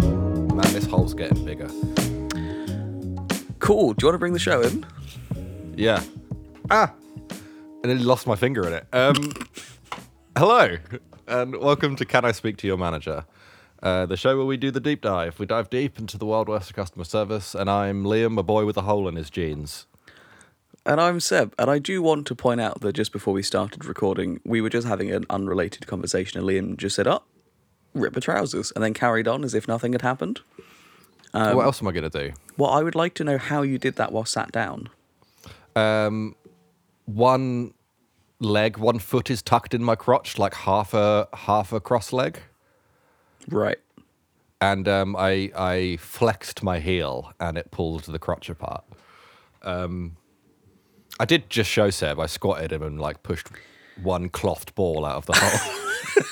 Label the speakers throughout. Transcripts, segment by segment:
Speaker 1: Man, this hole's getting bigger.
Speaker 2: Cool. Do you want to bring the show in?
Speaker 1: Yeah. Ah! I nearly lost my finger in it. Um, hello, and welcome to Can I Speak to Your Manager? Uh, the show where we do the deep dive. We dive deep into the wild west of customer service, and I'm Liam, a boy with a hole in his jeans.
Speaker 2: And I'm Seb, and I do want to point out that just before we started recording, we were just having an unrelated conversation, and Liam just said, "Up, oh, rip her trousers," and then carried on as if nothing had happened.
Speaker 1: what else am I going to do?
Speaker 2: Well, I would like to know how you did that while sat down.
Speaker 1: one leg, one foot is tucked in my crotch, like half a half a cross leg,
Speaker 2: Right.
Speaker 1: and um, I I flexed my heel and it pulled the crotch apart. Um, I did just show Seb. I squatted him and like pushed one clothed ball out of the hole.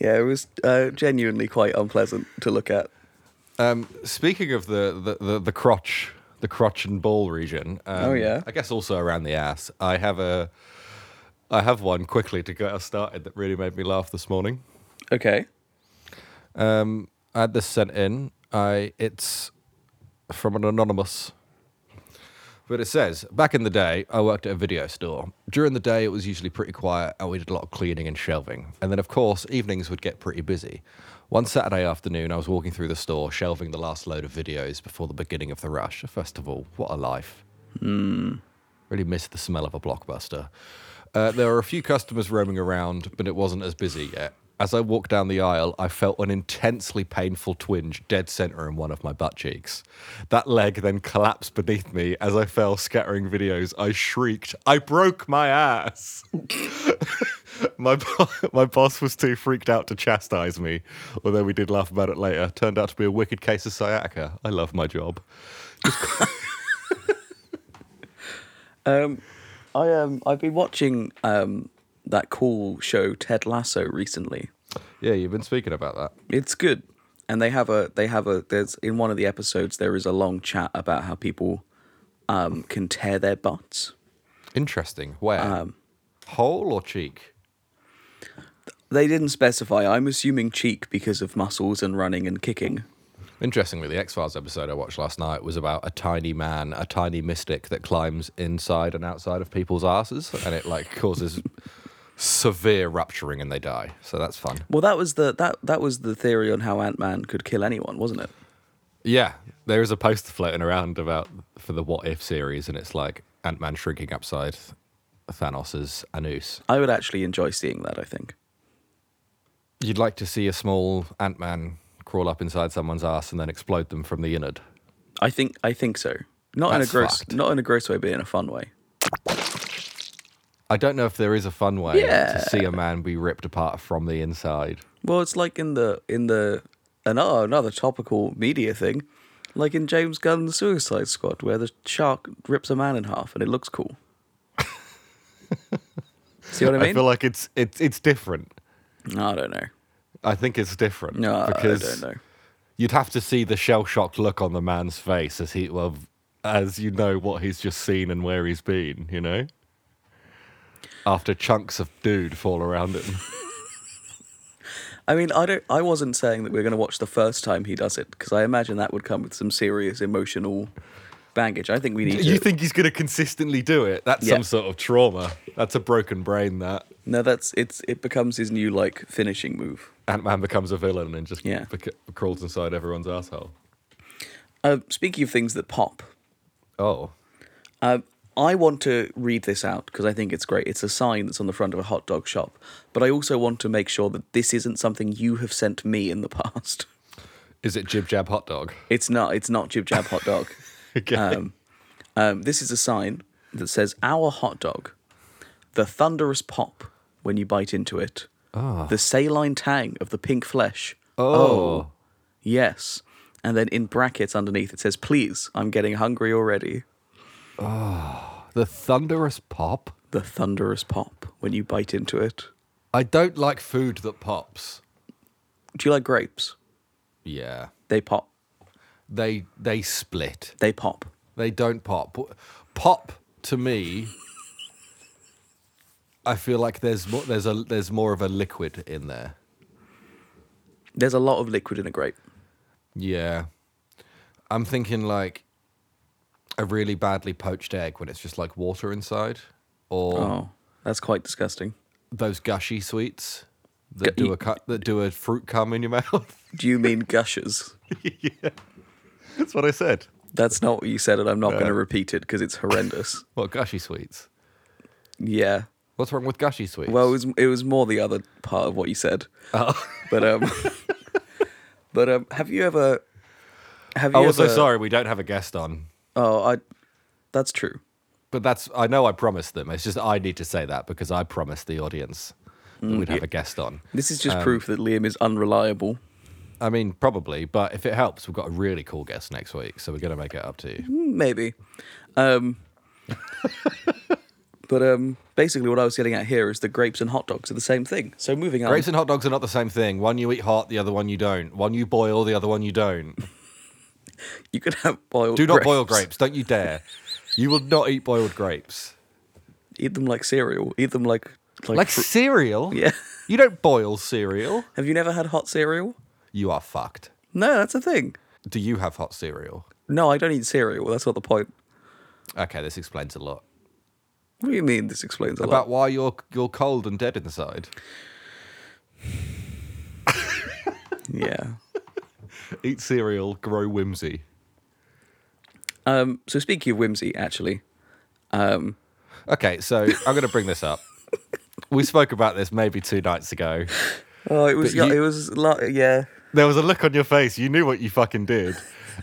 Speaker 2: Yeah, it was uh, genuinely quite unpleasant to look at.
Speaker 1: Speaking of the the, the the crotch, the crotch and ball region. Um,
Speaker 2: Oh, yeah.
Speaker 1: I guess also around the ass. I have a. I have one quickly to get us started that really made me laugh this morning.
Speaker 2: Okay.
Speaker 1: I had this sent in. I it's from an anonymous. But it says, back in the day, I worked at a video store. During the day, it was usually pretty quiet, and we did a lot of cleaning and shelving. And then, of course, evenings would get pretty busy. One Saturday afternoon, I was walking through the store, shelving the last load of videos before the beginning of the rush. First of all, what a life. Really missed the smell of a blockbuster. Uh, there were a few customers roaming around, but it wasn't as busy yet. As I walked down the aisle, I felt an intensely painful twinge dead center in one of my butt cheeks. That leg then collapsed beneath me as I fell, scattering videos. I shrieked, I broke my ass. my, bo- my boss was too freaked out to chastise me, although we did laugh about it later. Turned out to be a wicked case of sciatica. I love my job.
Speaker 2: Um, I um, I've been watching um that cool show Ted Lasso recently.
Speaker 1: Yeah, you've been speaking about that.
Speaker 2: It's good, and they have a they have a there's in one of the episodes there is a long chat about how people um can tear their butts.
Speaker 1: Interesting. Where? Hole or cheek?
Speaker 2: They didn't specify. I'm assuming cheek because of muscles and running and kicking.
Speaker 1: Interestingly, the X Files episode I watched last night was about a tiny man, a tiny mystic that climbs inside and outside of people's asses, and it like causes severe rupturing and they die. So that's fun.
Speaker 2: Well, that was the that that was the theory on how Ant Man could kill anyone, wasn't it?
Speaker 1: Yeah, there is a poster floating around about for the What If series, and it's like Ant Man shrinking upside Thanos's anus.
Speaker 2: I would actually enjoy seeing that. I think.
Speaker 1: You'd like to see a small Ant Man crawl up inside someone's ass and then explode them from the innard.
Speaker 2: I think I think so. Not in
Speaker 1: That's
Speaker 2: a gross
Speaker 1: fucked.
Speaker 2: not in a gross way, but in a fun way.
Speaker 1: I don't know if there is a fun way
Speaker 2: Yeah.
Speaker 1: to see a man be ripped apart from the inside.
Speaker 2: Well, it's like in the in the another another topical media thing, like in James Gunn's Suicide Squad, where the shark rips a man in half and it looks cool. See what I mean?
Speaker 1: I feel like it's it's it's different.
Speaker 2: No, I don't know.
Speaker 1: I think it's different.
Speaker 2: No,
Speaker 1: because
Speaker 2: I don't know.
Speaker 1: you'd have to see the shell shocked look on the man's face as he well as you know what he's just seen and where he's been, you know? After chunks of dude fall around him.
Speaker 2: I mean, I don't. I wasn't saying that we're going to watch the first time he does it because I imagine that would come with some serious emotional baggage. I think we need.
Speaker 1: you
Speaker 2: to,
Speaker 1: think he's gonna consistently do it? That's
Speaker 2: Yeah.
Speaker 1: some sort of trauma. That's a broken brain that.
Speaker 2: no, that's it's. It becomes his new like finishing move.
Speaker 1: Ant Man becomes a villain and just
Speaker 2: Yeah.
Speaker 1: beca- crawls inside everyone's asshole.
Speaker 2: Uh, speaking of things that pop,
Speaker 1: Oh.
Speaker 2: Um, I want to read this out because I think it's great. It's a sign that's on the front of a hot dog shop, but I also want to make sure that this isn't something you have sent me in the past.
Speaker 1: Is it Jib Jab Hot Dog?
Speaker 2: It's not. It's not jib jab hot dog.
Speaker 1: Okay.
Speaker 2: Um, this is a sign that says our hot dog, the thunderous pop when you bite into it, the saline tang of the pink flesh.
Speaker 1: oh.
Speaker 2: yes. And then in brackets underneath it says, "Please, I'm getting hungry already."
Speaker 1: The thunderous pop?
Speaker 2: The thunderous pop when you bite into it.
Speaker 1: I don't like food that pops.
Speaker 2: Do you like grapes?
Speaker 1: Yeah.
Speaker 2: They pop.
Speaker 1: They they split.
Speaker 2: They pop.
Speaker 1: They don't pop. Pop to me I feel like there's more, there's a there's more of a liquid in there.
Speaker 2: There's a lot of liquid in a grape.
Speaker 1: Yeah, I'm thinking like a really badly poached egg when it's just like water inside, or
Speaker 2: Oh, that's quite disgusting.
Speaker 1: those gushy sweets that
Speaker 2: Gu-
Speaker 1: do a cut that do a fruit cum in your mouth.
Speaker 2: Do you mean gushers?
Speaker 1: That's what I said.
Speaker 2: That's not what you said, and I'm not
Speaker 1: Uh.
Speaker 2: going to repeat it because it's horrendous.
Speaker 1: What gushy sweets?
Speaker 2: yeah.
Speaker 1: What's wrong with gushy sweets?
Speaker 2: Well, it was it was more the other part of what you said.
Speaker 1: Oh.
Speaker 2: But um, but um, have you ever? Have you
Speaker 1: I was Oh, so
Speaker 2: ever,
Speaker 1: sorry we don't have a guest on,
Speaker 2: Oh, I. That's true.
Speaker 1: but that's I know I promised them. It's just I need to say that because I promised the audience
Speaker 2: Mm.
Speaker 1: that we'd have a guest on.
Speaker 2: This is
Speaker 1: Um.
Speaker 2: just proof that Liam is unreliable.
Speaker 1: I mean, probably, but if it helps, we've got a really cool guest next week, so we're gonna make it up to you.
Speaker 2: Mm, Maybe. Um, but um, basically, what I was getting at here is the grapes and hot dogs are the same thing. So moving on.
Speaker 1: Grapes and hot dogs are not the same thing. One you eat hot, the other one you don't. One you boil, the other one you don't.
Speaker 2: you can have boiled.
Speaker 1: Do not boil grapes. Don't you dare. You will not eat boiled grapes.
Speaker 2: Eat them like cereal. Eat them like like.
Speaker 1: Like
Speaker 2: fru-
Speaker 1: cereal?
Speaker 2: yeah.
Speaker 1: You don't boil cereal.
Speaker 2: Have you never had hot cereal?
Speaker 1: You are fucked.
Speaker 2: No, that's a thing.
Speaker 1: Do you have hot cereal?
Speaker 2: No, I don't eat cereal. That's not the point.
Speaker 1: Okay, this explains a lot.
Speaker 2: What do you mean? This explains a
Speaker 1: About
Speaker 2: lot.
Speaker 1: why you're you're cold and dead inside.
Speaker 2: Yeah.
Speaker 1: Eat cereal, grow whimsy.
Speaker 2: Um. So speaking of whimsy, actually,
Speaker 1: Okay, so I'm gonna bring this up. We spoke about this maybe two nights ago.
Speaker 2: oh, it was
Speaker 1: But you-
Speaker 2: it was lo- yeah.
Speaker 1: There was a look on your face. You knew what you fucking did,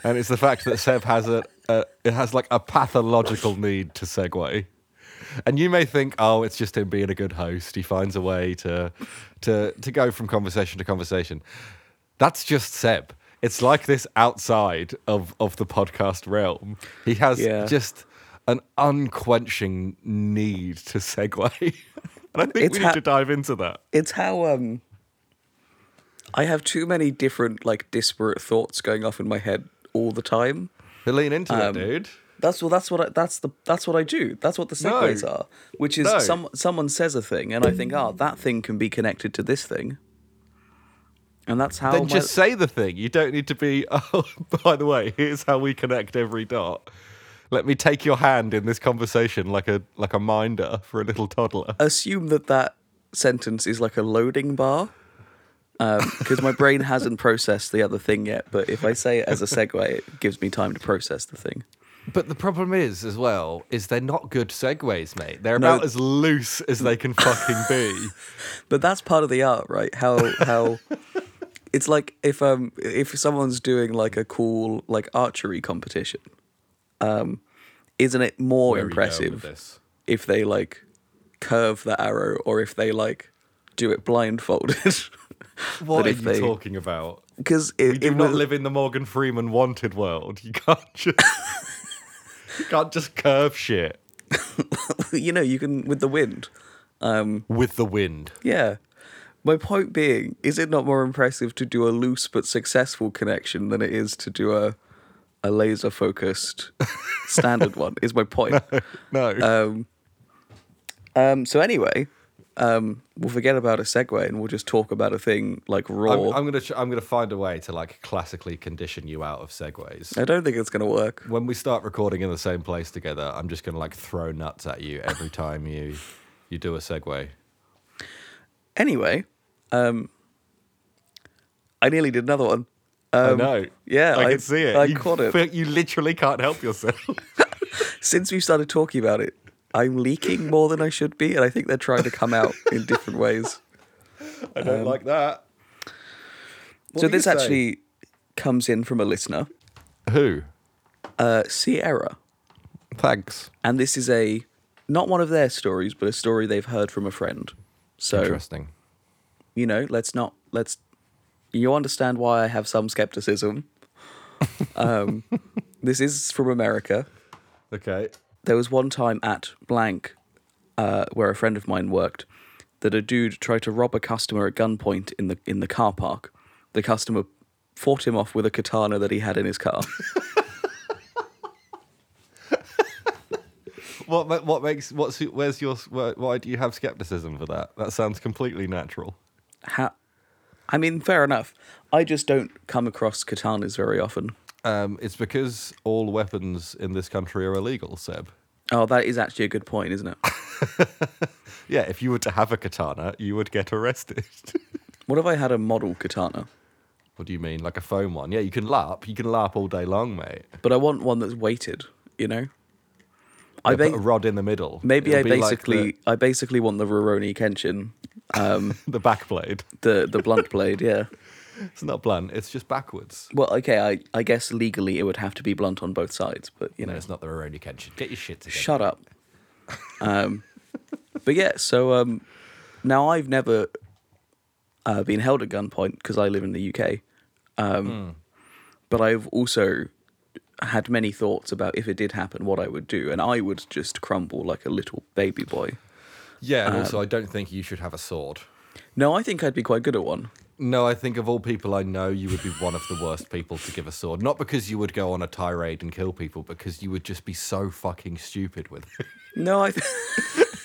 Speaker 1: and it's the fact that Seb has a, a it has like a pathological need to segue. And you may think, oh, it's just him being a good host. He finds a way to to to go from conversation to conversation. That's just Seb. It's like this outside of of the podcast realm. He has
Speaker 2: Yeah.
Speaker 1: just an unquenching need to segue. and I think
Speaker 2: It's
Speaker 1: we need
Speaker 2: ha-
Speaker 1: to dive into that.
Speaker 2: It's how um. I have too many different like disparate thoughts going off in my head all the time.
Speaker 1: Lean into it, dude.
Speaker 2: That's well. That's what. I, that's the. That's what I do. That's what the
Speaker 1: No.
Speaker 2: segues are. Which is
Speaker 1: No.
Speaker 2: some someone says a thing, and I think, ah, that thing can be connected to this thing. And that's how.
Speaker 1: Then
Speaker 2: my-
Speaker 1: just say the thing. You don't need to be. Oh, by the way, here's how we connect every dot. Let me take your hand in this conversation like a like a minder for a little toddler.
Speaker 2: assume that that sentence is like a loading bar because my brain hasn't processed the other thing yet but if i say it as a segue it gives me time to process the thing
Speaker 1: But the problem is, as well, is they're not good segues, mate. They're
Speaker 2: No.
Speaker 1: about as loose as they can fucking be.
Speaker 2: but that's part of the art right how how it's like if um if someone's doing like a cool like archery competition um isn't it more impressive if they like curve the arrow or if they like do it blindfolded
Speaker 1: What
Speaker 2: But
Speaker 1: are
Speaker 2: if
Speaker 1: you
Speaker 2: they-
Speaker 1: talking about?
Speaker 2: because
Speaker 1: You
Speaker 2: it,
Speaker 1: do
Speaker 2: it
Speaker 1: not
Speaker 2: will-
Speaker 1: live in the Morgan Freeman wanted world. You can't just you can't just curve shit
Speaker 2: you know you can with the wind
Speaker 1: with the wind.
Speaker 2: Yeah. My point being, is it not more impressive to do a loose but successful connection than it is to do a a laser focused standard one? Is my point.
Speaker 1: No.
Speaker 2: Uh, Um, so anyway, um, we'll forget about a segue and we'll just talk about a thing like raw.
Speaker 1: I'm, I'm gonna tr- I'm gonna find a way to like classically condition you out of segues.
Speaker 2: I don't think it's gonna work.
Speaker 1: When we start recording in the same place together, I'm just gonna like throw nuts at you every time you you do a segue.
Speaker 2: Anyway, um, I nearly did another one.
Speaker 1: I know.
Speaker 2: yeah,
Speaker 1: Um, I,
Speaker 2: I-
Speaker 1: can see it.
Speaker 2: I
Speaker 1: you
Speaker 2: caught it.
Speaker 1: feel- You literally can't help yourself.
Speaker 2: Since we started talking about it, I'm leaking more than I should be, and I think they're trying to come out in different ways.
Speaker 1: I don't like that. What
Speaker 2: so
Speaker 1: were you
Speaker 2: this
Speaker 1: saying?
Speaker 2: actually comes in from a listener,
Speaker 1: who?
Speaker 2: uh, Sierra,
Speaker 1: Thanks.
Speaker 2: and this is a not one of their stories, but a story they've heard from a friend. So
Speaker 1: Interesting.
Speaker 2: you know, let's not let's. You understand why I have some skepticism. Um, this is from America.
Speaker 1: Okay.
Speaker 2: There was one time at blank, uh, where a friend of mine worked, that a dude tried to rob a customer at gunpoint in the in the car park. The customer fought him off with a katana that he had in his car.
Speaker 1: What ma- what makes what's where's your wh- why do you have skepticism for that? That sounds completely natural.
Speaker 2: How? I mean, fair enough. I just don't come across katanas very often.
Speaker 1: Um, it's because all weapons in this country are illegal, Seb.
Speaker 2: Oh, that is actually a good point, isn't it?
Speaker 1: Yeah, if you were to have a katana, you would get arrested.
Speaker 2: What if I had a model katana?
Speaker 1: what do you mean, like a foam one? Yeah, you can LARP. You can LARP all day long, mate.
Speaker 2: But I want one that's weighted. You know. I
Speaker 1: Yeah,
Speaker 2: ba-
Speaker 1: put a rod in the middle.
Speaker 2: maybe
Speaker 1: It'll
Speaker 2: I
Speaker 1: be like
Speaker 2: basically I basically want the Roroni Kenshin, um,
Speaker 1: the, the back blade.
Speaker 2: the the blunt blade. Yeah.
Speaker 1: It's not blunt. It's just backwards.
Speaker 2: Well, okay. I I guess legally it would have to be blunt on both sides, but you
Speaker 1: No,
Speaker 2: know.
Speaker 1: it's not the Roroni Kenshin. Get your shit together.
Speaker 2: Shut up. Um, but yeah, so um, now I've never uh, been held at gunpoint because I live in the UK. Um,
Speaker 1: Hmm.
Speaker 2: But I've also had many thoughts about if it did happen, what I would do, and I would just crumble like a little baby boy.
Speaker 1: Yeah, and also I don't think you should have a sword.
Speaker 2: No, I think I'd be quite good at one.
Speaker 1: No, I think of all people I know, you would be one of the worst people to give a sword. Not because you would go on a tirade and kill people, because you would just be so fucking stupid with it.
Speaker 2: No, I.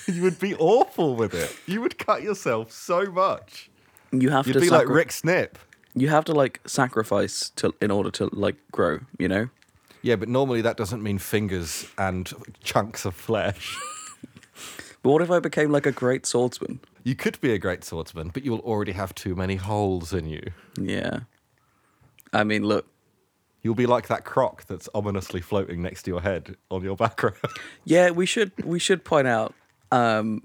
Speaker 1: you would be awful with it. You would cut yourself so much.
Speaker 2: you have
Speaker 1: You'd
Speaker 2: to
Speaker 1: be like
Speaker 2: sacri-
Speaker 1: Rick Snip.
Speaker 2: You have to like sacrifice to in order to like grow. You know.
Speaker 1: Yeah, but normally that doesn't mean fingers and chunks of flesh.
Speaker 2: But what if I became like a great swordsman?
Speaker 1: You could be a great swordsman, but you will already have too many holes in you.
Speaker 2: Yeah. I mean, look,
Speaker 1: You'll be like that croc that's ominously floating next to your head on your background.
Speaker 2: Yeah, we should we should point out um,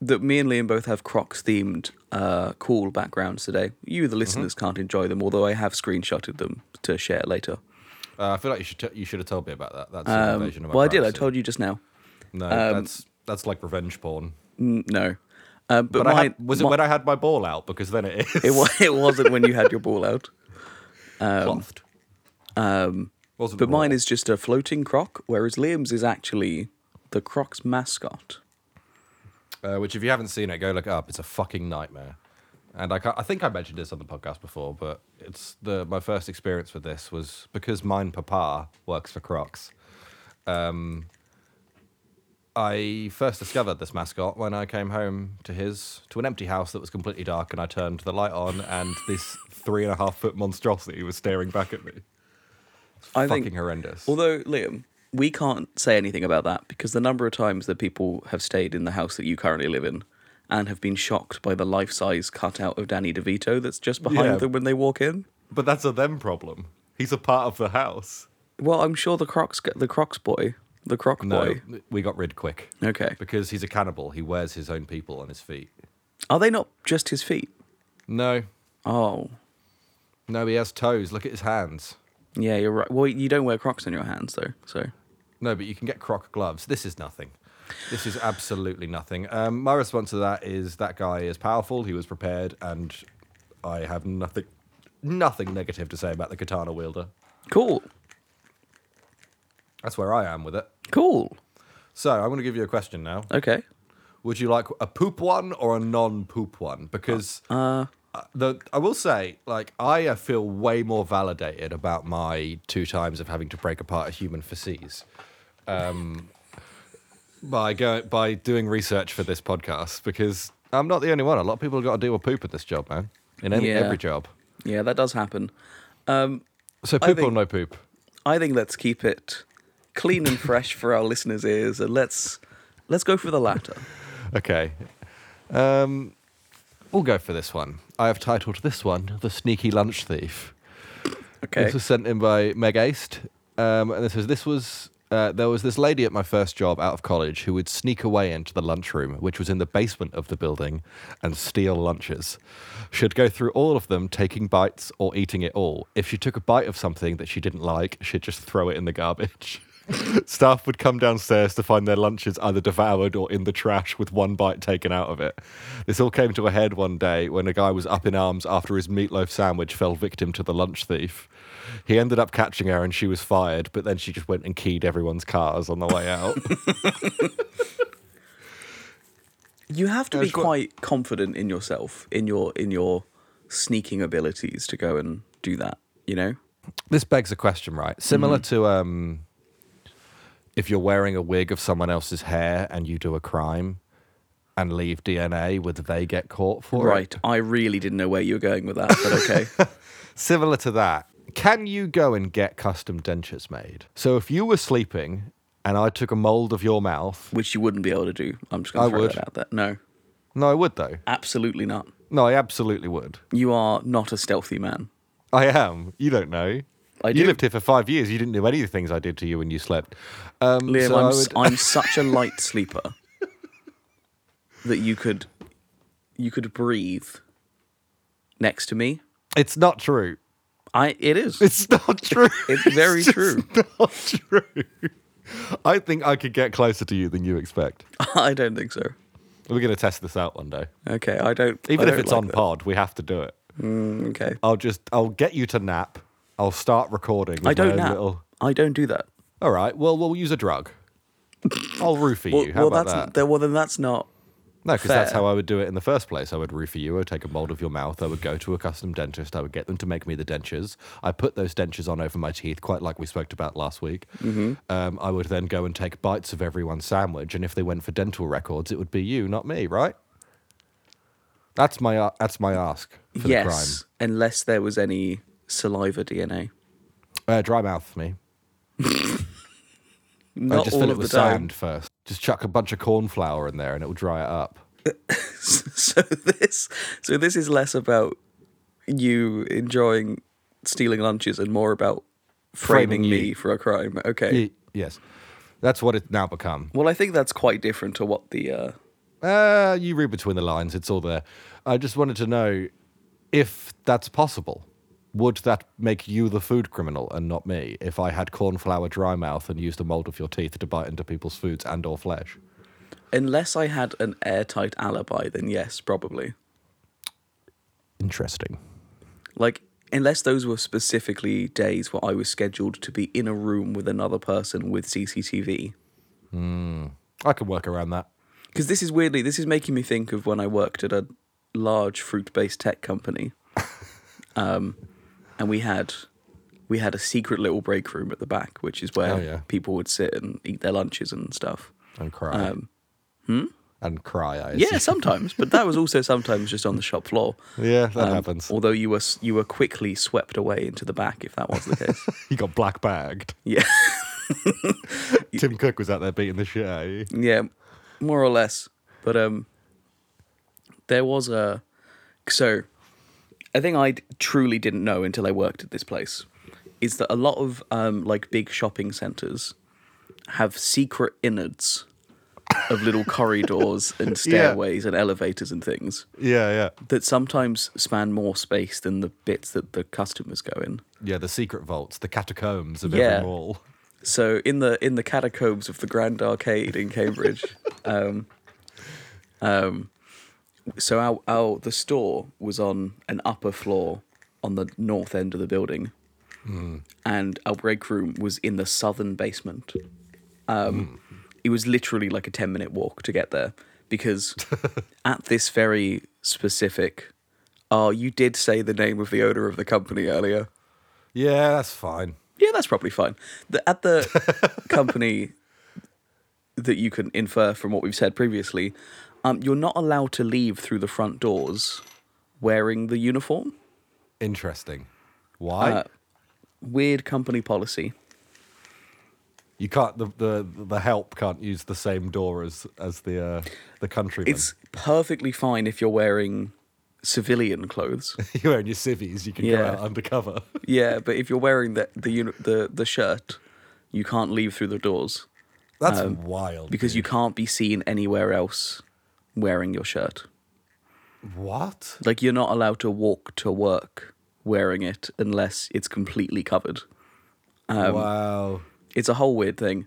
Speaker 2: that me and Liam both have Crocs themed uh, cool backgrounds today. You,
Speaker 1: Mm-hmm.
Speaker 2: the listeners, can't enjoy them, although I have screenshotted them to share later.
Speaker 1: Uh, I feel like you should t- you should have told me about that. That's an
Speaker 2: Um,
Speaker 1: invasion of my
Speaker 2: well, I did. I
Speaker 1: privacy.
Speaker 2: told you just now.
Speaker 1: No, that's that's like revenge porn.
Speaker 2: N- no, um, but,
Speaker 1: But I
Speaker 2: mine
Speaker 1: had, was it when I had my ball out? Because then it is
Speaker 2: it, wa- it wasn't when you had your ball out.
Speaker 1: clothed. Um, Wasn't
Speaker 2: But
Speaker 1: raw.
Speaker 2: mine is just a floating croc, whereas Liam's is actually the Croc's mascot.
Speaker 1: uh, which if you haven't seen it, go look it up. It's a fucking nightmare. And I, can't, I think I mentioned this on the podcast before, but it's the my first experience with this was because mine papa works for Crocs. Um, I first discovered this mascot when I came home to his to an empty house that was completely dark, and I turned the light on, and this three and a half foot monstrosity was staring back at me.
Speaker 2: I
Speaker 1: fucking
Speaker 2: think
Speaker 1: horrendous.
Speaker 2: Although, Liam, we can't say anything about that because the number of times that people have stayed in the house that you currently live in and have been shocked by the life size cutout of Danny DeVito that's just behind
Speaker 1: Yeah.
Speaker 2: them when they walk in.
Speaker 1: But that's a them problem. He's a part of the house.
Speaker 2: Well, I'm sure the Crocs, g- the Crocs boy, the Croc boy.
Speaker 1: we got rid quick.
Speaker 2: Okay.
Speaker 1: Because he's a cannibal. He wears his own people on his feet.
Speaker 2: Are they not just his feet?
Speaker 1: No,
Speaker 2: Oh,
Speaker 1: no, he has toes. Look at his hands.
Speaker 2: yeah, you're right. Well, you don't wear Crocs on your hands though, so
Speaker 1: No, but you can get croc gloves. This is nothing. This is absolutely nothing. Um, my response to that is that guy is powerful. He was prepared, and I have nothing, nothing negative to say about the katana wielder.
Speaker 2: cool,
Speaker 1: That's where I am with it.
Speaker 2: cool.
Speaker 1: So I'm going to give you a question now.
Speaker 2: Okay.
Speaker 1: Would you like a poop one or a non-poop one? Because uh, the I will say, like, I uh, feel way more validated about my two times of having to break apart a human feces um, by go, by doing research for this podcast because I'm not the only one. A lot of people have got to deal with poop at this job, man. In any,
Speaker 2: Yeah.
Speaker 1: every job.
Speaker 2: Yeah, that does happen. Um,
Speaker 1: So
Speaker 2: I
Speaker 1: poop or
Speaker 2: think-
Speaker 1: no poop?
Speaker 2: I think let's keep it clean and fresh for our listeners' ears, and let's let's go for the latter.
Speaker 1: Okay. Um, we'll go for this one. I have titled this one "The Sneaky Lunch Thief."
Speaker 2: Okay.
Speaker 1: This was sent in by Meg Aced. Um, and this says, this was, uh, there was this lady at my first job out of college who would sneak away into the lunchroom, which was in the basement of the building, and steal lunches. She'd go through all of them, taking bites or eating it all. If she took a bite of something that she didn't like, she'd just throw it in the garbage. Staff would come downstairs to find their lunches either devoured or in the trash with one bite taken out of it. This all came to a head one day when a guy was up in arms after his meatloaf sandwich fell victim to the lunch thief. He ended up catching her and she was fired, but then she just went and keyed everyone's cars on the way out.
Speaker 2: You have to be
Speaker 1: That's what-
Speaker 2: quite confident in yourself, in your in your sneaking abilities to go and do that. You know,
Speaker 1: this begs a question, right? Similar to um if you're wearing a wig of someone else's hair and you do a crime and leave DNA, would they get caught for it?
Speaker 2: Right. I really didn't know where you were going with that, but okay.
Speaker 1: Similar to that, can you go and get custom dentures made? So if you were sleeping and I took a mold of your mouth,
Speaker 2: Which you wouldn't be able to do. I'm just going
Speaker 1: I
Speaker 2: to throw
Speaker 1: would.
Speaker 2: that out there. No,
Speaker 1: no, I would though.
Speaker 2: absolutely not.
Speaker 1: No, I absolutely would.
Speaker 2: You are not a stealthy man.
Speaker 1: I am. You don't know.
Speaker 2: I
Speaker 1: you
Speaker 2: do.
Speaker 1: lived here for five years. You didn't do any of the things I did to you when you slept. Um,
Speaker 2: Liam,
Speaker 1: so
Speaker 2: I'm,
Speaker 1: I
Speaker 2: s
Speaker 1: would-
Speaker 2: am such a light sleeper that you could you could breathe next to me.
Speaker 1: it's not true.
Speaker 2: I it is.
Speaker 1: It's not true.
Speaker 2: It's very
Speaker 1: just
Speaker 2: true.
Speaker 1: Not true. I think I could get closer to you than you expect.
Speaker 2: I don't think so.
Speaker 1: We're going to test this out one day.
Speaker 2: Okay, I don't. I
Speaker 1: Even if
Speaker 2: don't
Speaker 1: it's
Speaker 2: like
Speaker 1: on pod, we have to do it.
Speaker 2: that. Okay,
Speaker 1: I'll just I'll get you to nap. I'll start recording. with
Speaker 2: I don't
Speaker 1: my own
Speaker 2: nap.
Speaker 1: little-
Speaker 2: I don't do that.
Speaker 1: All right. Well, we'll use a drug. I'll roofie you. How
Speaker 2: well,
Speaker 1: about
Speaker 2: that's
Speaker 1: that?
Speaker 2: th- well then that's not.
Speaker 1: No, because that's
Speaker 2: Fair.
Speaker 1: how I would do it in the first place. I would roofie you. I would take a mold of your mouth. I would go to a custom dentist. I would get them to make me the dentures. I put those dentures on over my teeth, quite like we spoke about last week.
Speaker 2: Mm-hmm.
Speaker 1: Um, I would then go and take bites of everyone's sandwich. And if they went for dental records, it would be you, not me, right? That's my a that's my ask for
Speaker 2: yes, unless there was any saliva DNA.
Speaker 1: the crime. Uh, dry mouth, me. I
Speaker 2: Not
Speaker 1: just
Speaker 2: all
Speaker 1: fill it
Speaker 2: of the
Speaker 1: with
Speaker 2: time.
Speaker 1: sand first. Just chuck a bunch of corn flour in there, and it will dry it up.
Speaker 2: so this so this is less about you enjoying stealing lunches and more about framing,
Speaker 1: Framing you.
Speaker 2: me for a crime. Okay.
Speaker 1: Y- yes, that's what it's now become.
Speaker 2: Well, I think that's quite different to what the uh,
Speaker 1: Uh, you read between the lines, it's all there. I just wanted to know if that's possible. Would that make you the food criminal and not me if I had cornflour dry mouth and used a mold of your teeth to bite into people's foods and or flesh?
Speaker 2: unless I had an airtight alibi, then yes, probably.
Speaker 1: Interesting.
Speaker 2: Like unless those were specifically days where I was scheduled to be in a room with another person with CCTV.
Speaker 1: I can work around that.
Speaker 2: Because this is weirdly, this is making me think of when I worked at a large fruit-based tech company, um, and we had we had a secret little break room at the back, which is where
Speaker 1: Oh, yeah.
Speaker 2: people would sit and eat their lunches and stuff.
Speaker 1: And cry. And cry, I
Speaker 2: Um, hmm? Yeah,
Speaker 1: assume.
Speaker 2: sometimes, but that was also sometimes just on the shop floor.
Speaker 1: Yeah, that
Speaker 2: Um,
Speaker 1: happens.
Speaker 2: Although you were s- you were quickly swept away into the back if that was the case.
Speaker 1: You got black bagged.
Speaker 2: yeah,
Speaker 1: Tim Cook was out there beating the shit out of you.
Speaker 2: yeah, more or less. But um, there was a so I think I d- truly didn't know until I worked at this place is that a lot of um like big shopping centers have secret innards of little corridors and stairways and elevators and things
Speaker 1: Yeah, yeah.
Speaker 2: that sometimes span more space than the bits that the customers go in.
Speaker 1: Yeah, the secret vaults, the catacombs of
Speaker 2: Yeah.
Speaker 1: every mall.
Speaker 2: So in the in the catacombs of the Grand Arcade in Cambridge, um, um, so our, our the store was on an upper floor on the north end of the building, and our break room was in the southern basement. Um, It was literally like a ten minute walk to get there because at this very specific. Oh, you did say the name of the owner of the company earlier.
Speaker 1: Yeah, that's fine.
Speaker 2: Yeah, that's probably fine. The, at the company that you can infer from what we've said previously, um, you're not allowed to leave through the front doors wearing the uniform.
Speaker 1: Interesting. Why?
Speaker 2: Uh, Weird company policy.
Speaker 1: You can't the, the the help can't use the same door as as the uh, the countryman.
Speaker 2: It's perfectly fine if you're wearing civilian clothes.
Speaker 1: You're wearing your civvies. You can go
Speaker 2: Yeah.
Speaker 1: out undercover.
Speaker 2: yeah, but if you're wearing the the, uni- the the shirt, you can't leave through the doors
Speaker 1: That's wild.
Speaker 2: Um, because you can't be seen anywhere else wearing your shirt.
Speaker 1: what?
Speaker 2: Like you're not allowed to walk to work wearing it unless it's completely covered. Um,
Speaker 1: wow,
Speaker 2: It's a whole weird thing.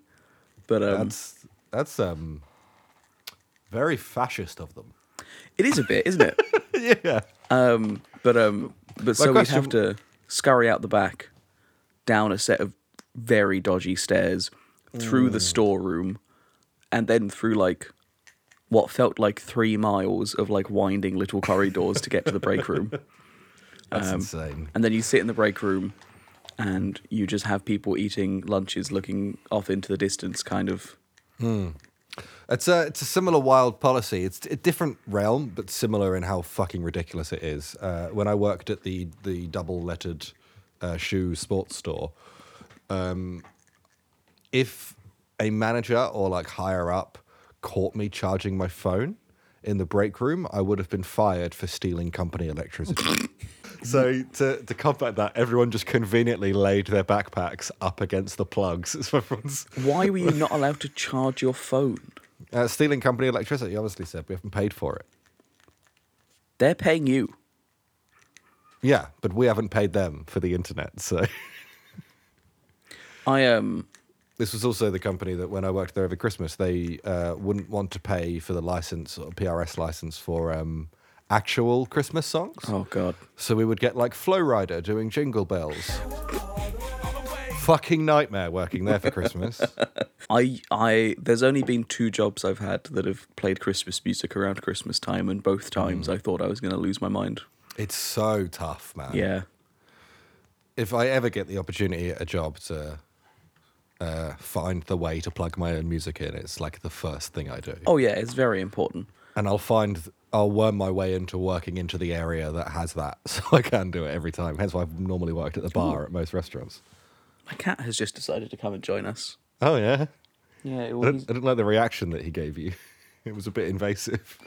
Speaker 2: But um,
Speaker 1: that's that's um very fascist of them.
Speaker 2: it is a bit, isn't it?
Speaker 1: yeah.
Speaker 2: um, but um, but so we'd have to scurry out the back, down a set of very dodgy stairs, through
Speaker 1: Mm.
Speaker 2: the storeroom, and then through like what felt like three miles of like winding little corridors to get to the break room. um,
Speaker 1: That's insane.
Speaker 2: and then you sit in the break room and you just have people eating lunches looking off into the distance, kind of.
Speaker 1: It's a it's a similar wild policy. It's a different realm, but similar in how fucking ridiculous it is. Uh, when I worked at the the double lettered uh, shoe sports store, um, if a manager or like higher up caught me charging my phone in the break room, I would have been fired for stealing company electricity. So to, to combat that, everyone just conveniently laid their backpacks up against the plugs. So everyone's
Speaker 2: Why were you not allowed to charge your phone?
Speaker 1: uh, stealing company electricity, obviously, said we haven't paid for it.
Speaker 2: They're paying you.
Speaker 1: Yeah, but we haven't paid them for the internet. So
Speaker 2: I um
Speaker 1: this was also the company that when I worked there over Christmas, they uh, wouldn't want to pay for the license or PRS license for um, actual Christmas songs.
Speaker 2: oh god.
Speaker 1: So we would get like Flow Rider doing Jingle Bells. Fucking nightmare working there for Christmas.
Speaker 2: I I there's only been two jobs I've had that have played Christmas music around Christmas time and both times I thought I was going to lose my mind.
Speaker 1: it's so tough, man.
Speaker 2: Yeah.
Speaker 1: if I ever get the opportunity at a job to uh, find the way to plug my own music in, it's like the first thing I do.
Speaker 2: Oh yeah, it's very important.
Speaker 1: And I'll find, I'll worm my way into working into the area that has that. So I can do it every time. Hence why I've normally worked at the bar at most restaurants.
Speaker 2: My cat has just decided to come and join us.
Speaker 1: Oh, yeah.
Speaker 2: Yeah,
Speaker 1: I
Speaker 2: well, he's-
Speaker 1: didn't, I didn't like the reaction that he gave you. It was a bit invasive.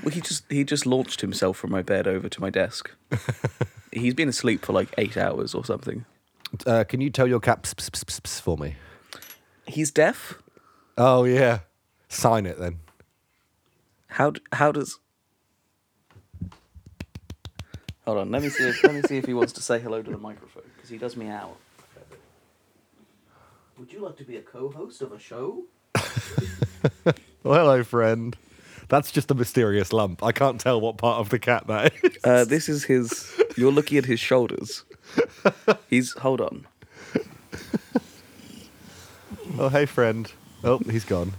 Speaker 2: well, he just he just launched himself from my bed over to my desk. he's been asleep for like 8 hours or something.
Speaker 1: Uh, can you tell your cat pss, pss, pss, pss, pss for me?
Speaker 2: He's deaf?
Speaker 1: Oh, yeah. Sign it then.
Speaker 2: How d- how does Hold on, let me see if let me see if he wants to say hello to the microphone because he does meow.
Speaker 3: Would you like to be a co-host of a show?
Speaker 1: Well, hello, friend. That's just a mysterious lump. I can't tell what part of the cat that is.
Speaker 2: Uh, this is his you're looking at his shoulders. He's hold on.
Speaker 1: Oh, hey, friend. Oh, he's gone.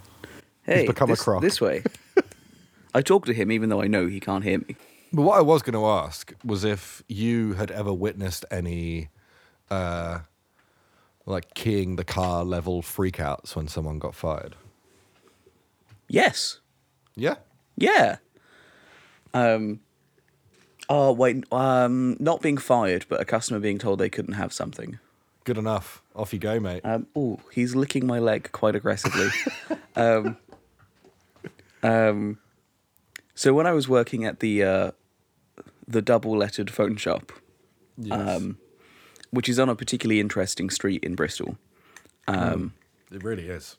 Speaker 2: Hey,
Speaker 1: become a
Speaker 2: this,
Speaker 1: croc.
Speaker 2: this way. I talk to him even though I know he can't hear me.
Speaker 1: But what I was going to ask was if you had ever witnessed any, uh, like keying the car level freakouts when someone got fired.
Speaker 2: Yes.
Speaker 1: Yeah.
Speaker 2: Yeah. Um Oh wait, um not being fired, but a customer being told they couldn't have something.
Speaker 1: Good enough. Off you go, mate.
Speaker 2: Um, oh, he's licking my leg quite aggressively. um, um, so when I was working at the uh, the double lettered phone shop,
Speaker 1: Yes.
Speaker 2: um, which is on a particularly interesting street in Bristol,
Speaker 1: it really is.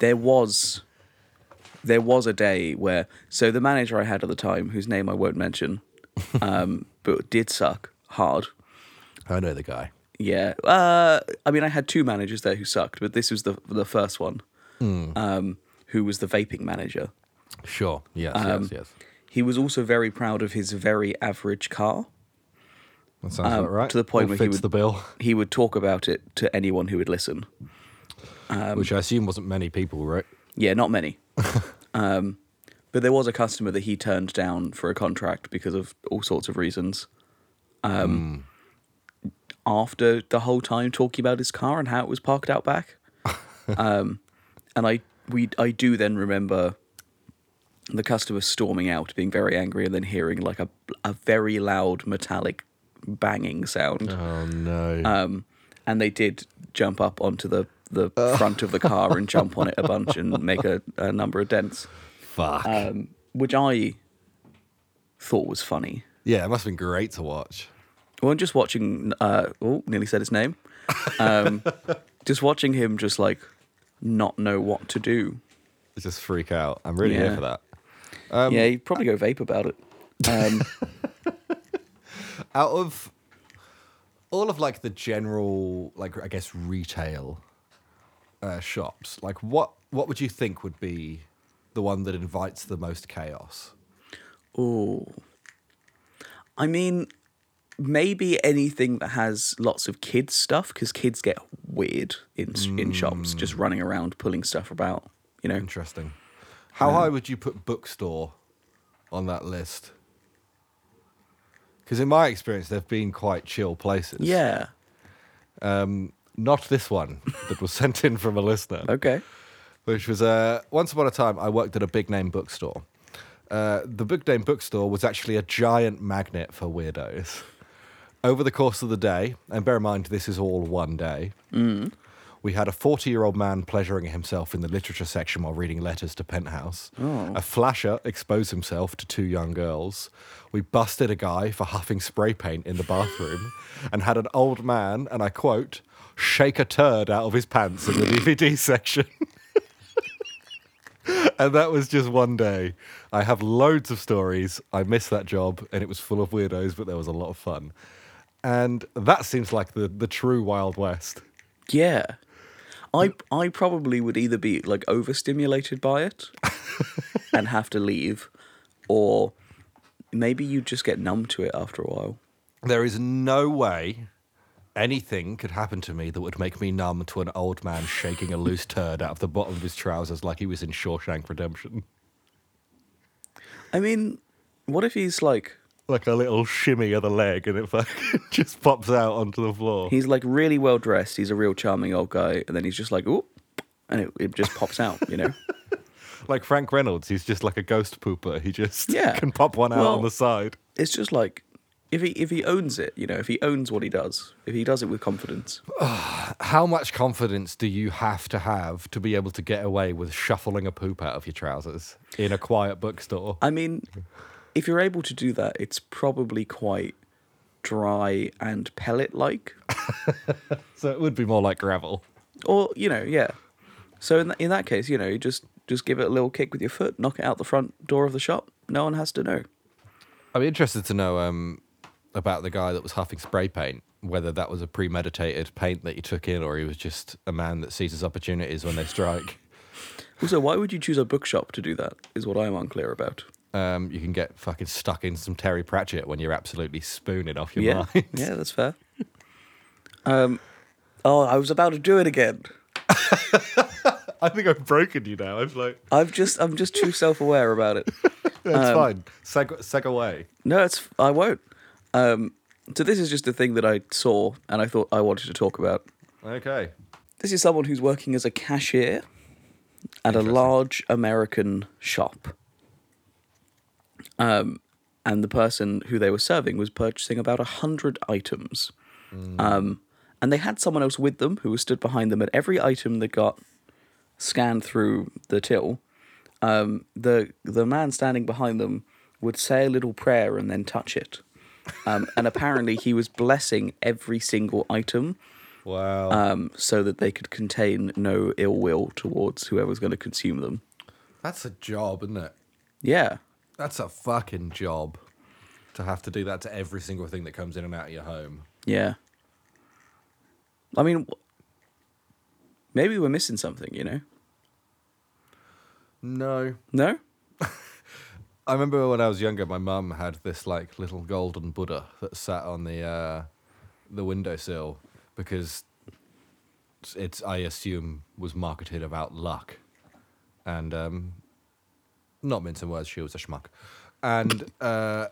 Speaker 2: there was there was a day where so the manager I had at the time, whose name I won't mention, um, but did suck hard.
Speaker 1: I know the guy.
Speaker 2: Yeah. Uh, I mean, I had two managers there who sucked, but this was the the first one,
Speaker 1: Hmm.
Speaker 2: um, who was the vaping manager.
Speaker 1: Sure. Yes. yes. Yes.
Speaker 2: He was also very proud of his very average car.
Speaker 1: That sounds about right.
Speaker 2: to the point
Speaker 1: All
Speaker 2: where he
Speaker 1: fits
Speaker 2: would-
Speaker 1: um, the bill,
Speaker 2: He would talk about it to anyone who would listen.
Speaker 1: which I assume wasn't many people, right?
Speaker 2: Yeah, not many. um, but there was a customer that he turned down for a contract because of all sorts of reasons. Um, After the whole time talking about his car and how it was parked out back, um, and I we I do then remember the customer storming out, being very angry, and then hearing like a a very loud metallic banging sound
Speaker 1: Oh no.
Speaker 2: um, and they did jump up onto the the front of the car and jump on it a bunch and make a, a number of dents,
Speaker 1: Fuck.
Speaker 2: um, which I thought was funny.
Speaker 1: yeah, it must have been great to watch.
Speaker 2: Well, just watching, uh, oh, nearly said his name. Um, just watching him just like not know what to do.
Speaker 1: Just freak out. I'm really here
Speaker 2: Yeah.
Speaker 1: for that.
Speaker 2: yeah, he'd probably go vape about it. Um,
Speaker 1: out of all of like the general like i guess retail uh, shops like what what would you think would be the one that invites the most chaos
Speaker 2: Oh. I mean, maybe anything that has lots of kids stuff because kids get weird in in shops, just running around pulling stuff about. You know,
Speaker 1: interesting how high would you put bookstore on that list because in my experience they've been quite chill places
Speaker 2: yeah.
Speaker 1: Um, not this one that was sent in from a listener
Speaker 2: Okay.
Speaker 1: which was uh, once upon a time I worked at a big name bookstore. Uh, the big name bookstore was actually a giant magnet for weirdos. Over the course of the day, and bear in mind this is all one day, we had a 40 year old man pleasuring himself in the literature section while reading letters to Penthouse. A flasher exposed himself to two young girls. We busted a guy for huffing spray paint in the bathroom and had an old man, and I quote, shake a turd out of his pants in the DVD section. And that was just one day. I have loads of stories. I missed that job and it was full of weirdos, but there was a lot of fun. And that seems like the, the true Wild West.
Speaker 2: Yeah. I I probably would either be like overstimulated by it and have to leave or maybe you just get numb to it after a while.
Speaker 1: There is no way anything could happen to me that would make me numb to an old man shaking a loose turd out of the bottom of his trousers like he was in Shawshank Redemption.
Speaker 2: I mean, what if he's like
Speaker 1: Like a little shimmy of the leg and it fucking just pops out onto the floor.
Speaker 2: he's like really well dressed, he's a real charming old guy and then he's just like, "Oh." And it, it just pops out, you know.
Speaker 1: Like Frank Reynolds, he's just like a ghost pooper. He just
Speaker 2: Yeah.
Speaker 1: can pop one out on
Speaker 2: Well-
Speaker 1: the side.
Speaker 2: it's just like if he if he owns it, you know, if he owns what he does, if he does it with confidence.
Speaker 1: how much confidence do you have to have to be able to get away with shuffling a poop out of your trousers in a quiet bookstore?
Speaker 2: I mean, if you're able to do that, it's probably quite dry and pellet like.
Speaker 1: So it would be more like gravel.
Speaker 2: Or, you know, yeah. So in, th- in that case, you know, you just just give it a little kick with your foot, knock it out the front door of the shop. No one has to know.
Speaker 1: I'd be interested to know um, about the guy that was huffing spray paint, whether that was a premeditated paint that he took in or he was just a man that seizes opportunities when they strike.
Speaker 2: Also, why would you choose a bookshop to do that? Is what I'm unclear about.
Speaker 1: Um, you can get fucking stuck in some Terry Pratchett when you're absolutely spooning off your
Speaker 2: Yeah,
Speaker 1: mind.
Speaker 2: yeah, that's fair. Um, oh, I was about to do it again.
Speaker 1: I think I've broken you now. I'm like,
Speaker 2: I've just I'm just too self aware about it.
Speaker 1: that's fine. Seg, seg away.
Speaker 2: No, it's I won't. Um, so this is just a thing that I saw and I thought I wanted to talk about.
Speaker 1: Okay.
Speaker 2: This is someone who's working as a cashier at a large American shop. Um, and the person who they were serving was purchasing about a hundred items. Um, and they had someone else with them who was stood behind them at every item that got scanned through the till. Um, the the man standing behind them would say a little prayer and then touch it. Um, and apparently he was blessing every single item
Speaker 1: Wow.
Speaker 2: um, so that they could contain no ill will towards whoever's going to consume them.
Speaker 1: that's a job, isn't it?
Speaker 2: Yeah,
Speaker 1: That's a fucking job to have to do that to every single thing that comes in and out of your home.
Speaker 2: yeah. I mean, w- maybe we're missing something, you know?
Speaker 1: No.
Speaker 2: No?
Speaker 1: I remember when I was younger, my mum had this like little golden Buddha that sat on the uh, the windowsill because it's I assume was marketed about luck and um, not mincing words. She was a schmuck and uh,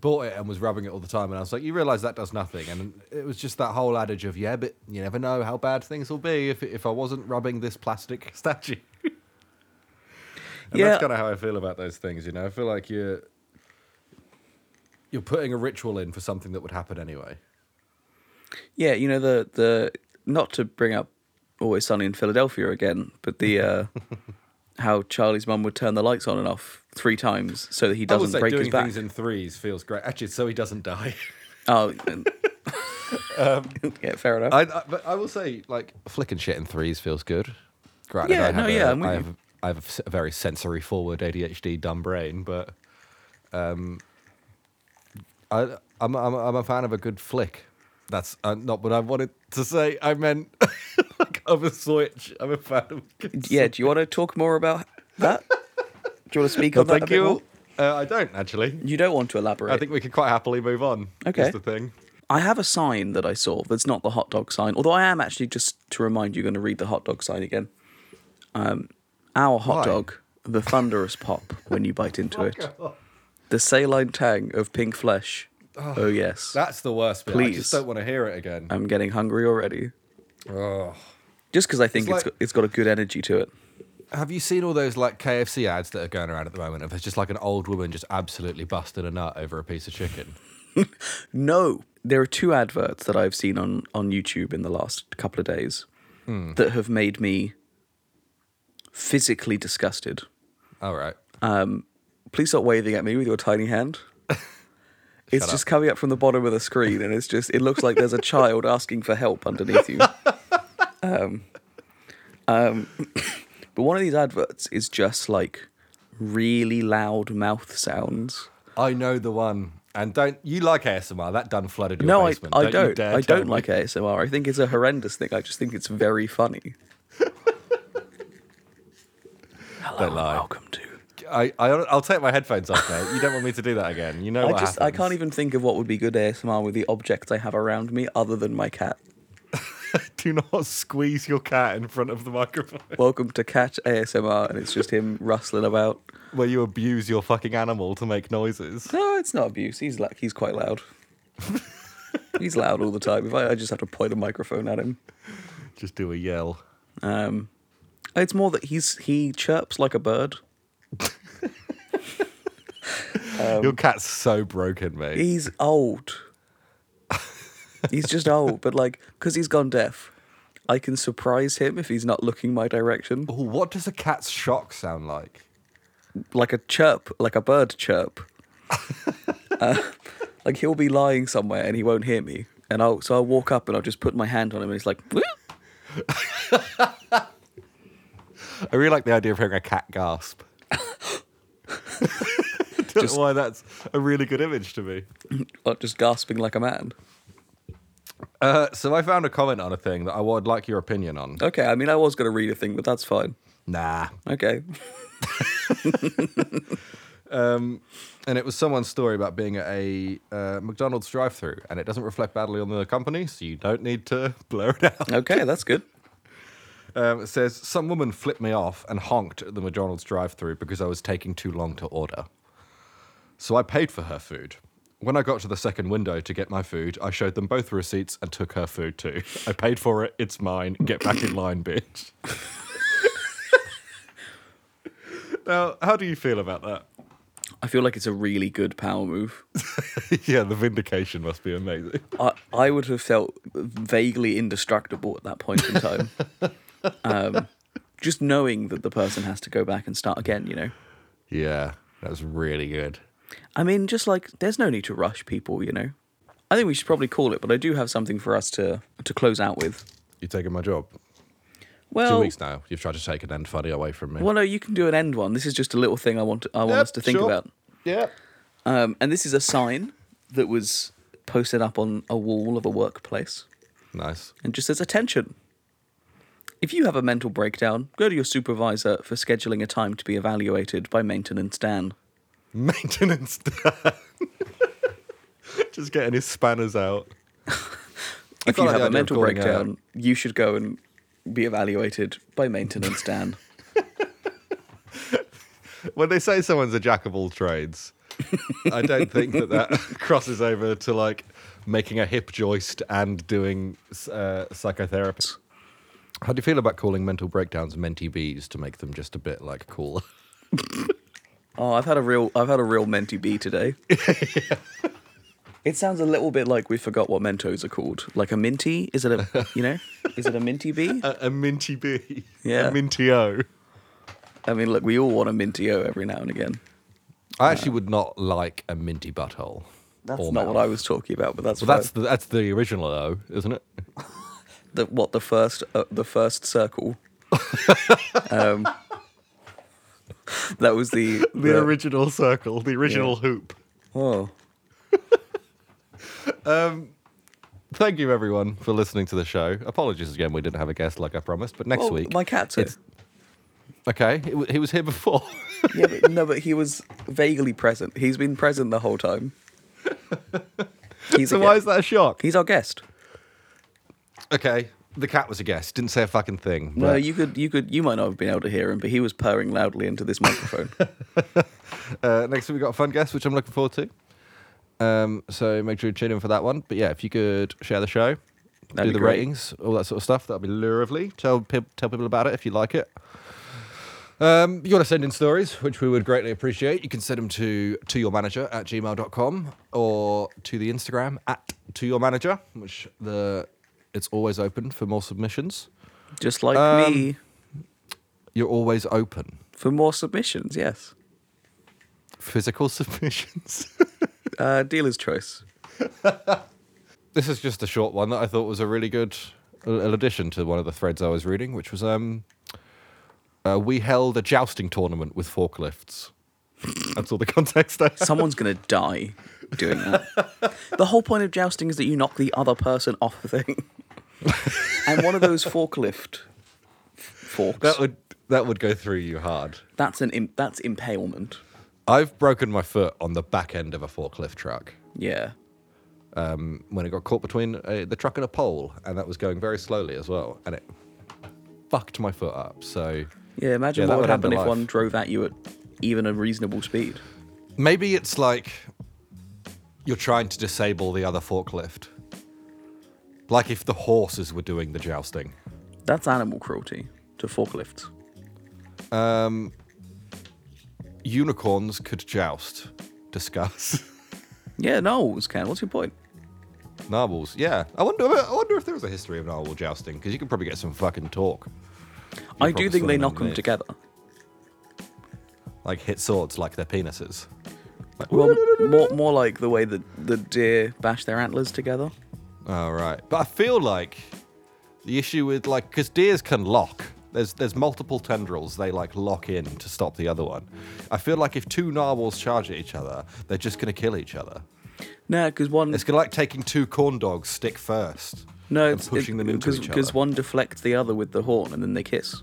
Speaker 1: bought it and was rubbing it all the time. And I was like, you realise that does nothing. And it was just that whole adage of yeah, but you never know how bad things will be if if I wasn't rubbing this plastic statue. And
Speaker 2: Yeah.
Speaker 1: that's kind of how I feel about those things, you know. I feel like you're you're putting a ritual in for something that would happen anyway.
Speaker 2: Yeah, you know, the, the not to bring up Always Sunny in Philadelphia again, but the, uh, how Charlie's mum would turn the lights on and off three times so that he
Speaker 1: I would
Speaker 2: doesn't
Speaker 1: say
Speaker 2: break
Speaker 1: doing
Speaker 2: his back.
Speaker 1: things in threes feels great. Actually, so he doesn't die.
Speaker 2: Oh, and- Oh, yeah, fair enough.
Speaker 1: Um, I, I, but I will say, like flicking shit in threes feels good. Granted,
Speaker 2: Yeah,
Speaker 1: I have
Speaker 2: no,
Speaker 1: a-
Speaker 2: yeah, I'm with
Speaker 1: I
Speaker 2: you.
Speaker 1: have, I have a s- a very sensory forward ADHD dumb brain, but um, I, I'm, I'm I'm a fan of a good flick. That's uh, not what I wanted to say. I meant like of a switch. I'm a fan of. a good
Speaker 2: yeah, do you want to talk more about that? Do you want to speak on that? a
Speaker 1: Thank
Speaker 2: bit more?
Speaker 1: you. Uh, I don't actually.
Speaker 2: You don't want to elaborate.
Speaker 1: I think we could quite happily move on.
Speaker 2: Okay.
Speaker 1: Is the thing.
Speaker 2: I have a sign that I saw that's not the hot dog sign, although I am actually just to remind you going to read the hot dog sign again. Um, our hot
Speaker 1: Why?
Speaker 2: dog, the thunderous pop when you bite into it, the saline tang of pink flesh Oh yes.
Speaker 1: That's the worst bit. I
Speaker 2: Please.
Speaker 1: just don't want to hear it again.
Speaker 2: I'm getting hungry already.
Speaker 1: Oh.
Speaker 2: Just because I think
Speaker 1: It's
Speaker 2: it's
Speaker 1: like-
Speaker 2: got, it's got a good energy to it.
Speaker 1: Have you seen all those like KFC ads that are going around at the moment? If it's just like an old woman just absolutely busting a nut over a piece of chicken.
Speaker 2: No, there are two adverts that I've seen on on YouTube in the last couple of days
Speaker 1: Hmm.
Speaker 2: that have made me physically disgusted.
Speaker 1: All right.
Speaker 2: Um, Please stop waving at me with your tiny hand. It's just coming up from the bottom of the screen, and it's just it looks like there's a child asking for help underneath you. Um, um, but one of these adverts is just like really loud mouth sounds.
Speaker 1: I know the one. And don't you like ASMR? That done flooded your
Speaker 2: No, I,
Speaker 1: basement.
Speaker 2: I
Speaker 1: you
Speaker 2: don't.
Speaker 1: dare
Speaker 2: I
Speaker 1: tell
Speaker 2: don't
Speaker 1: me.
Speaker 2: like ASMR. I think it's a horrendous thing. I just think it's very funny. Hello,
Speaker 1: Don't lie.
Speaker 2: welcome to.
Speaker 1: I, I I'll take my headphones off, mate. You don't want me to do that again. You know
Speaker 2: I
Speaker 1: what
Speaker 2: just I
Speaker 1: happens.
Speaker 2: can't even think of what would be good ASMR with the objects I have around me other than my cat.
Speaker 1: Do not squeeze your cat in front of the microphone.
Speaker 2: Welcome to cat ASMR, and it's just him rustling about.
Speaker 1: Where you abuse your fucking animal to make noises.
Speaker 2: No, it's not abuse. He's like he's quite loud. he's loud all the time. If I, I just have to point a microphone at him.
Speaker 1: Just do a yell.
Speaker 2: Um, it's more that he's he chirps like a bird. Um,
Speaker 1: your cat's so broken, mate.
Speaker 2: He's old. he's just old, but like, because he's gone deaf, I can surprise him if he's not looking my direction.
Speaker 1: Ooh, what does a cat's shock sound like?
Speaker 2: Like a chirp, like a bird chirp. Uh, like he'll be lying somewhere and he won't hear me, and I'll so I'll walk up and I'll just put my hand on him and he's like, "Whoop."
Speaker 1: I really like the idea of hearing a cat gasp. Don't know why that's a really good image to me.
Speaker 2: like just gasping like a man.
Speaker 1: Uh, so I found a comment on a thing that I would like your opinion on.
Speaker 2: Okay, I mean I was gonna read a thing, but that's fine.
Speaker 1: Nah.
Speaker 2: Okay,
Speaker 1: And it was someone's story about being at a uh, McDonald's drive-through, and it doesn't reflect badly on the company, so you don't need to blur it out.
Speaker 2: okay, that's good.
Speaker 1: Um, it says some woman flipped me off and honked at the McDonald's drive-through because I was taking too long to order. So I paid for her food. When I got to the second window to get my food, I showed them both receipts and took her food too. I paid for it. It's mine. Get back in line, bitch. now, how do you feel about that?
Speaker 2: I feel like it's a really good power move.
Speaker 1: yeah, the vindication must be amazing.
Speaker 2: I, I would have felt vaguely indestructible at that point in time. um, just knowing that the person has to go back and start again, you know.
Speaker 1: Yeah, that was really good.
Speaker 2: I mean, just like there's no need to rush people, you know. I think we should probably call it, but I do have something for us to to close out with.
Speaker 1: You taking my job? Two
Speaker 2: Well,
Speaker 1: weeks now. You've tried to take an end funny away from me.
Speaker 2: well, no, you can do an end one. This is just a little thing I want to, I want
Speaker 1: Yep,
Speaker 2: us to think
Speaker 1: sure.
Speaker 2: about.
Speaker 1: Yeah.
Speaker 2: Um, and this is a sign that was posted up on a wall of a workplace.
Speaker 1: Nice.
Speaker 2: and just says attention. If you have a mental breakdown, go to your supervisor for scheduling a time to be evaluated by maintenance Dan.
Speaker 1: Maintenance Dan. Just getting his spanners out.
Speaker 2: If
Speaker 1: quite
Speaker 2: you
Speaker 1: like
Speaker 2: have
Speaker 1: the idea
Speaker 2: a
Speaker 1: of
Speaker 2: mental
Speaker 1: calling uh, out.
Speaker 2: breakdown, you should go and be evaluated by maintenance Dan.
Speaker 1: When they say someone's a jack of all trades, I don't think that that crosses over to like making a hip joist and doing uh, psychotherapy. How do you feel about calling mental breakdowns mentee bees to make them just a bit like cooler?
Speaker 2: Oh, I've had a real I've had a real menti bee today. It sounds a little bit like we forgot what Mentos are called. Like a minty? Is it a you know? Is it a minty bee?
Speaker 1: A, a minty bee.
Speaker 2: Yeah.
Speaker 1: A minty o.
Speaker 2: I mean, look, we all want a minty o every now and again.
Speaker 1: I actually would not like a minty butthole.
Speaker 2: That's
Speaker 1: or
Speaker 2: not
Speaker 1: mouth.
Speaker 2: what I was talking about, but that's
Speaker 1: Well,
Speaker 2: fine.
Speaker 1: that's the, that's the original though, isn't it?
Speaker 2: the what the first uh, the first circle. um, that was the,
Speaker 1: The,
Speaker 2: the-
Speaker 1: original circle, the original hoop.
Speaker 2: Oh,
Speaker 1: Thank you, everyone, for listening to the show. Apologies again, we didn't have a guest like I promised, but next
Speaker 2: well,
Speaker 1: week.
Speaker 2: Oh, my cat's here.
Speaker 1: Okay, he w- he was here before.
Speaker 2: yeah, but, no, but he was vaguely present. He's been present the whole time. He's
Speaker 1: so
Speaker 2: a
Speaker 1: why
Speaker 2: guest.
Speaker 1: is that a shock?
Speaker 2: He's our guest.
Speaker 1: Okay, the cat was a guest, didn't say a fucking thing.
Speaker 2: No,
Speaker 1: but,
Speaker 2: you could, you could, you might not have been able to hear him, but he was purring loudly into this microphone.
Speaker 1: uh, next week we got a fun guest, which I'm looking forward to. Um, so make sure you tune in for that one. But yeah, if you could share the show, do
Speaker 2: That'd be
Speaker 1: the
Speaker 2: great.
Speaker 1: ratings, all that sort of stuff, that'd be lovely. Tell peop tell people about it if you like it. Um, you want to send in stories, which we would greatly appreciate. You can send them to to your manager at gmail.com or to the Instagram at to your manager, which the it's always open for more submissions.
Speaker 2: Just like
Speaker 1: Um,
Speaker 2: me
Speaker 1: You're always open.
Speaker 2: for more submissions, yes.
Speaker 1: Physical submissions.
Speaker 2: Uh, dealer's choice.
Speaker 1: this is just a short one that I thought was a really good little addition to one of the threads I was reading, which was um, uh, we held a jousting tournament with forklifts. That's all the context I have.
Speaker 2: Someone's going to die doing that. the whole point of jousting is that you knock the other person off the thing. and one of those forklift f- forks.
Speaker 1: That would that would go through you hard.
Speaker 2: that's an im- that's impalement.
Speaker 1: I've broken my foot on the back end of a forklift truck
Speaker 2: Yeah.
Speaker 1: when it got caught between uh the truck and a pole, and that was going very slowly as well, and it fucked my foot up. So
Speaker 2: Yeah, imagine
Speaker 1: Yeah, that
Speaker 2: what would
Speaker 1: would end
Speaker 2: happen
Speaker 1: the
Speaker 2: if
Speaker 1: life.
Speaker 2: one drove at you at even a reasonable speed.
Speaker 1: Maybe it's like you're trying to disable the other forklift. Like if the horses were doing the jousting.
Speaker 2: That's animal cruelty to forklifts.
Speaker 1: Unicorns could joust. Discuss.
Speaker 2: Yeah, no, it's can. What's your point?
Speaker 1: Narwhals, yeah. I wonder. I wonder if there was a history of narwhal jousting because you could probably get some fucking talk. probably
Speaker 2: I do think
Speaker 1: saw
Speaker 2: they
Speaker 1: them
Speaker 2: knock them
Speaker 1: underneath.
Speaker 2: together.
Speaker 1: Like hit swords like their penises. Like,
Speaker 2: Well, more, more like the way that the deer bash their antlers together.
Speaker 1: oh right. But I feel like the issue with like because deers can lock. There's there's multiple tendrils they like lock in to stop the other one. I feel like if two narwhals charge at each other, they're just gonna kill each other.
Speaker 2: No, because one.
Speaker 1: It's gonna like taking two corn dogs stick first.
Speaker 2: no,
Speaker 1: and
Speaker 2: it's
Speaker 1: pushing them into each other.
Speaker 2: Because one deflects the other with the horn, and then they kiss.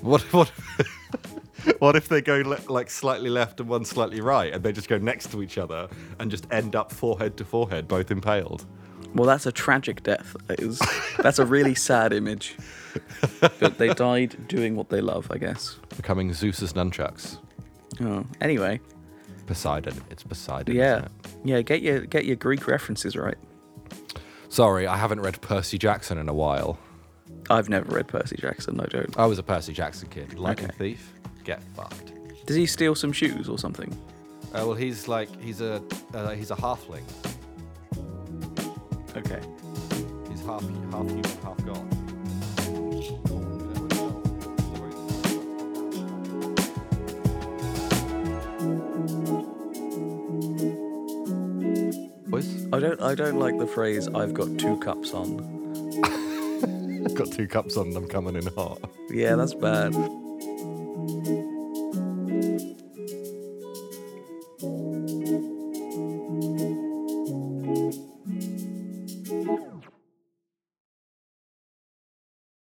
Speaker 1: What what what if they go le- like slightly left and one slightly right, and they just go next to each other and just end up forehead to forehead, both impaled?
Speaker 2: Well, that's a tragic death. That is, that's a really sad image. But they died doing what they love, I guess.
Speaker 1: Becoming Zeus's nunchucks.
Speaker 2: Oh, anyway,
Speaker 1: Poseidon. It's Poseidon.
Speaker 2: yeah,
Speaker 1: isn't it?
Speaker 2: yeah. Get your get your Greek references right.
Speaker 1: Sorry, I haven't read Percy Jackson in a while.
Speaker 2: I've never read Percy Jackson. I don't.
Speaker 1: I was a Percy Jackson kid. Like a
Speaker 2: Okay.
Speaker 1: thief, get fucked.
Speaker 2: Does he steal some shoes or something?
Speaker 1: Uh, well, he's like he's a uh, he's a halfling.
Speaker 2: Okay.
Speaker 1: He's half half human, half god. Boys,
Speaker 2: I don't. I don't like the phrase "I've got two cups on."
Speaker 1: got two cups on. I'm coming in hot.
Speaker 2: Yeah, that's bad.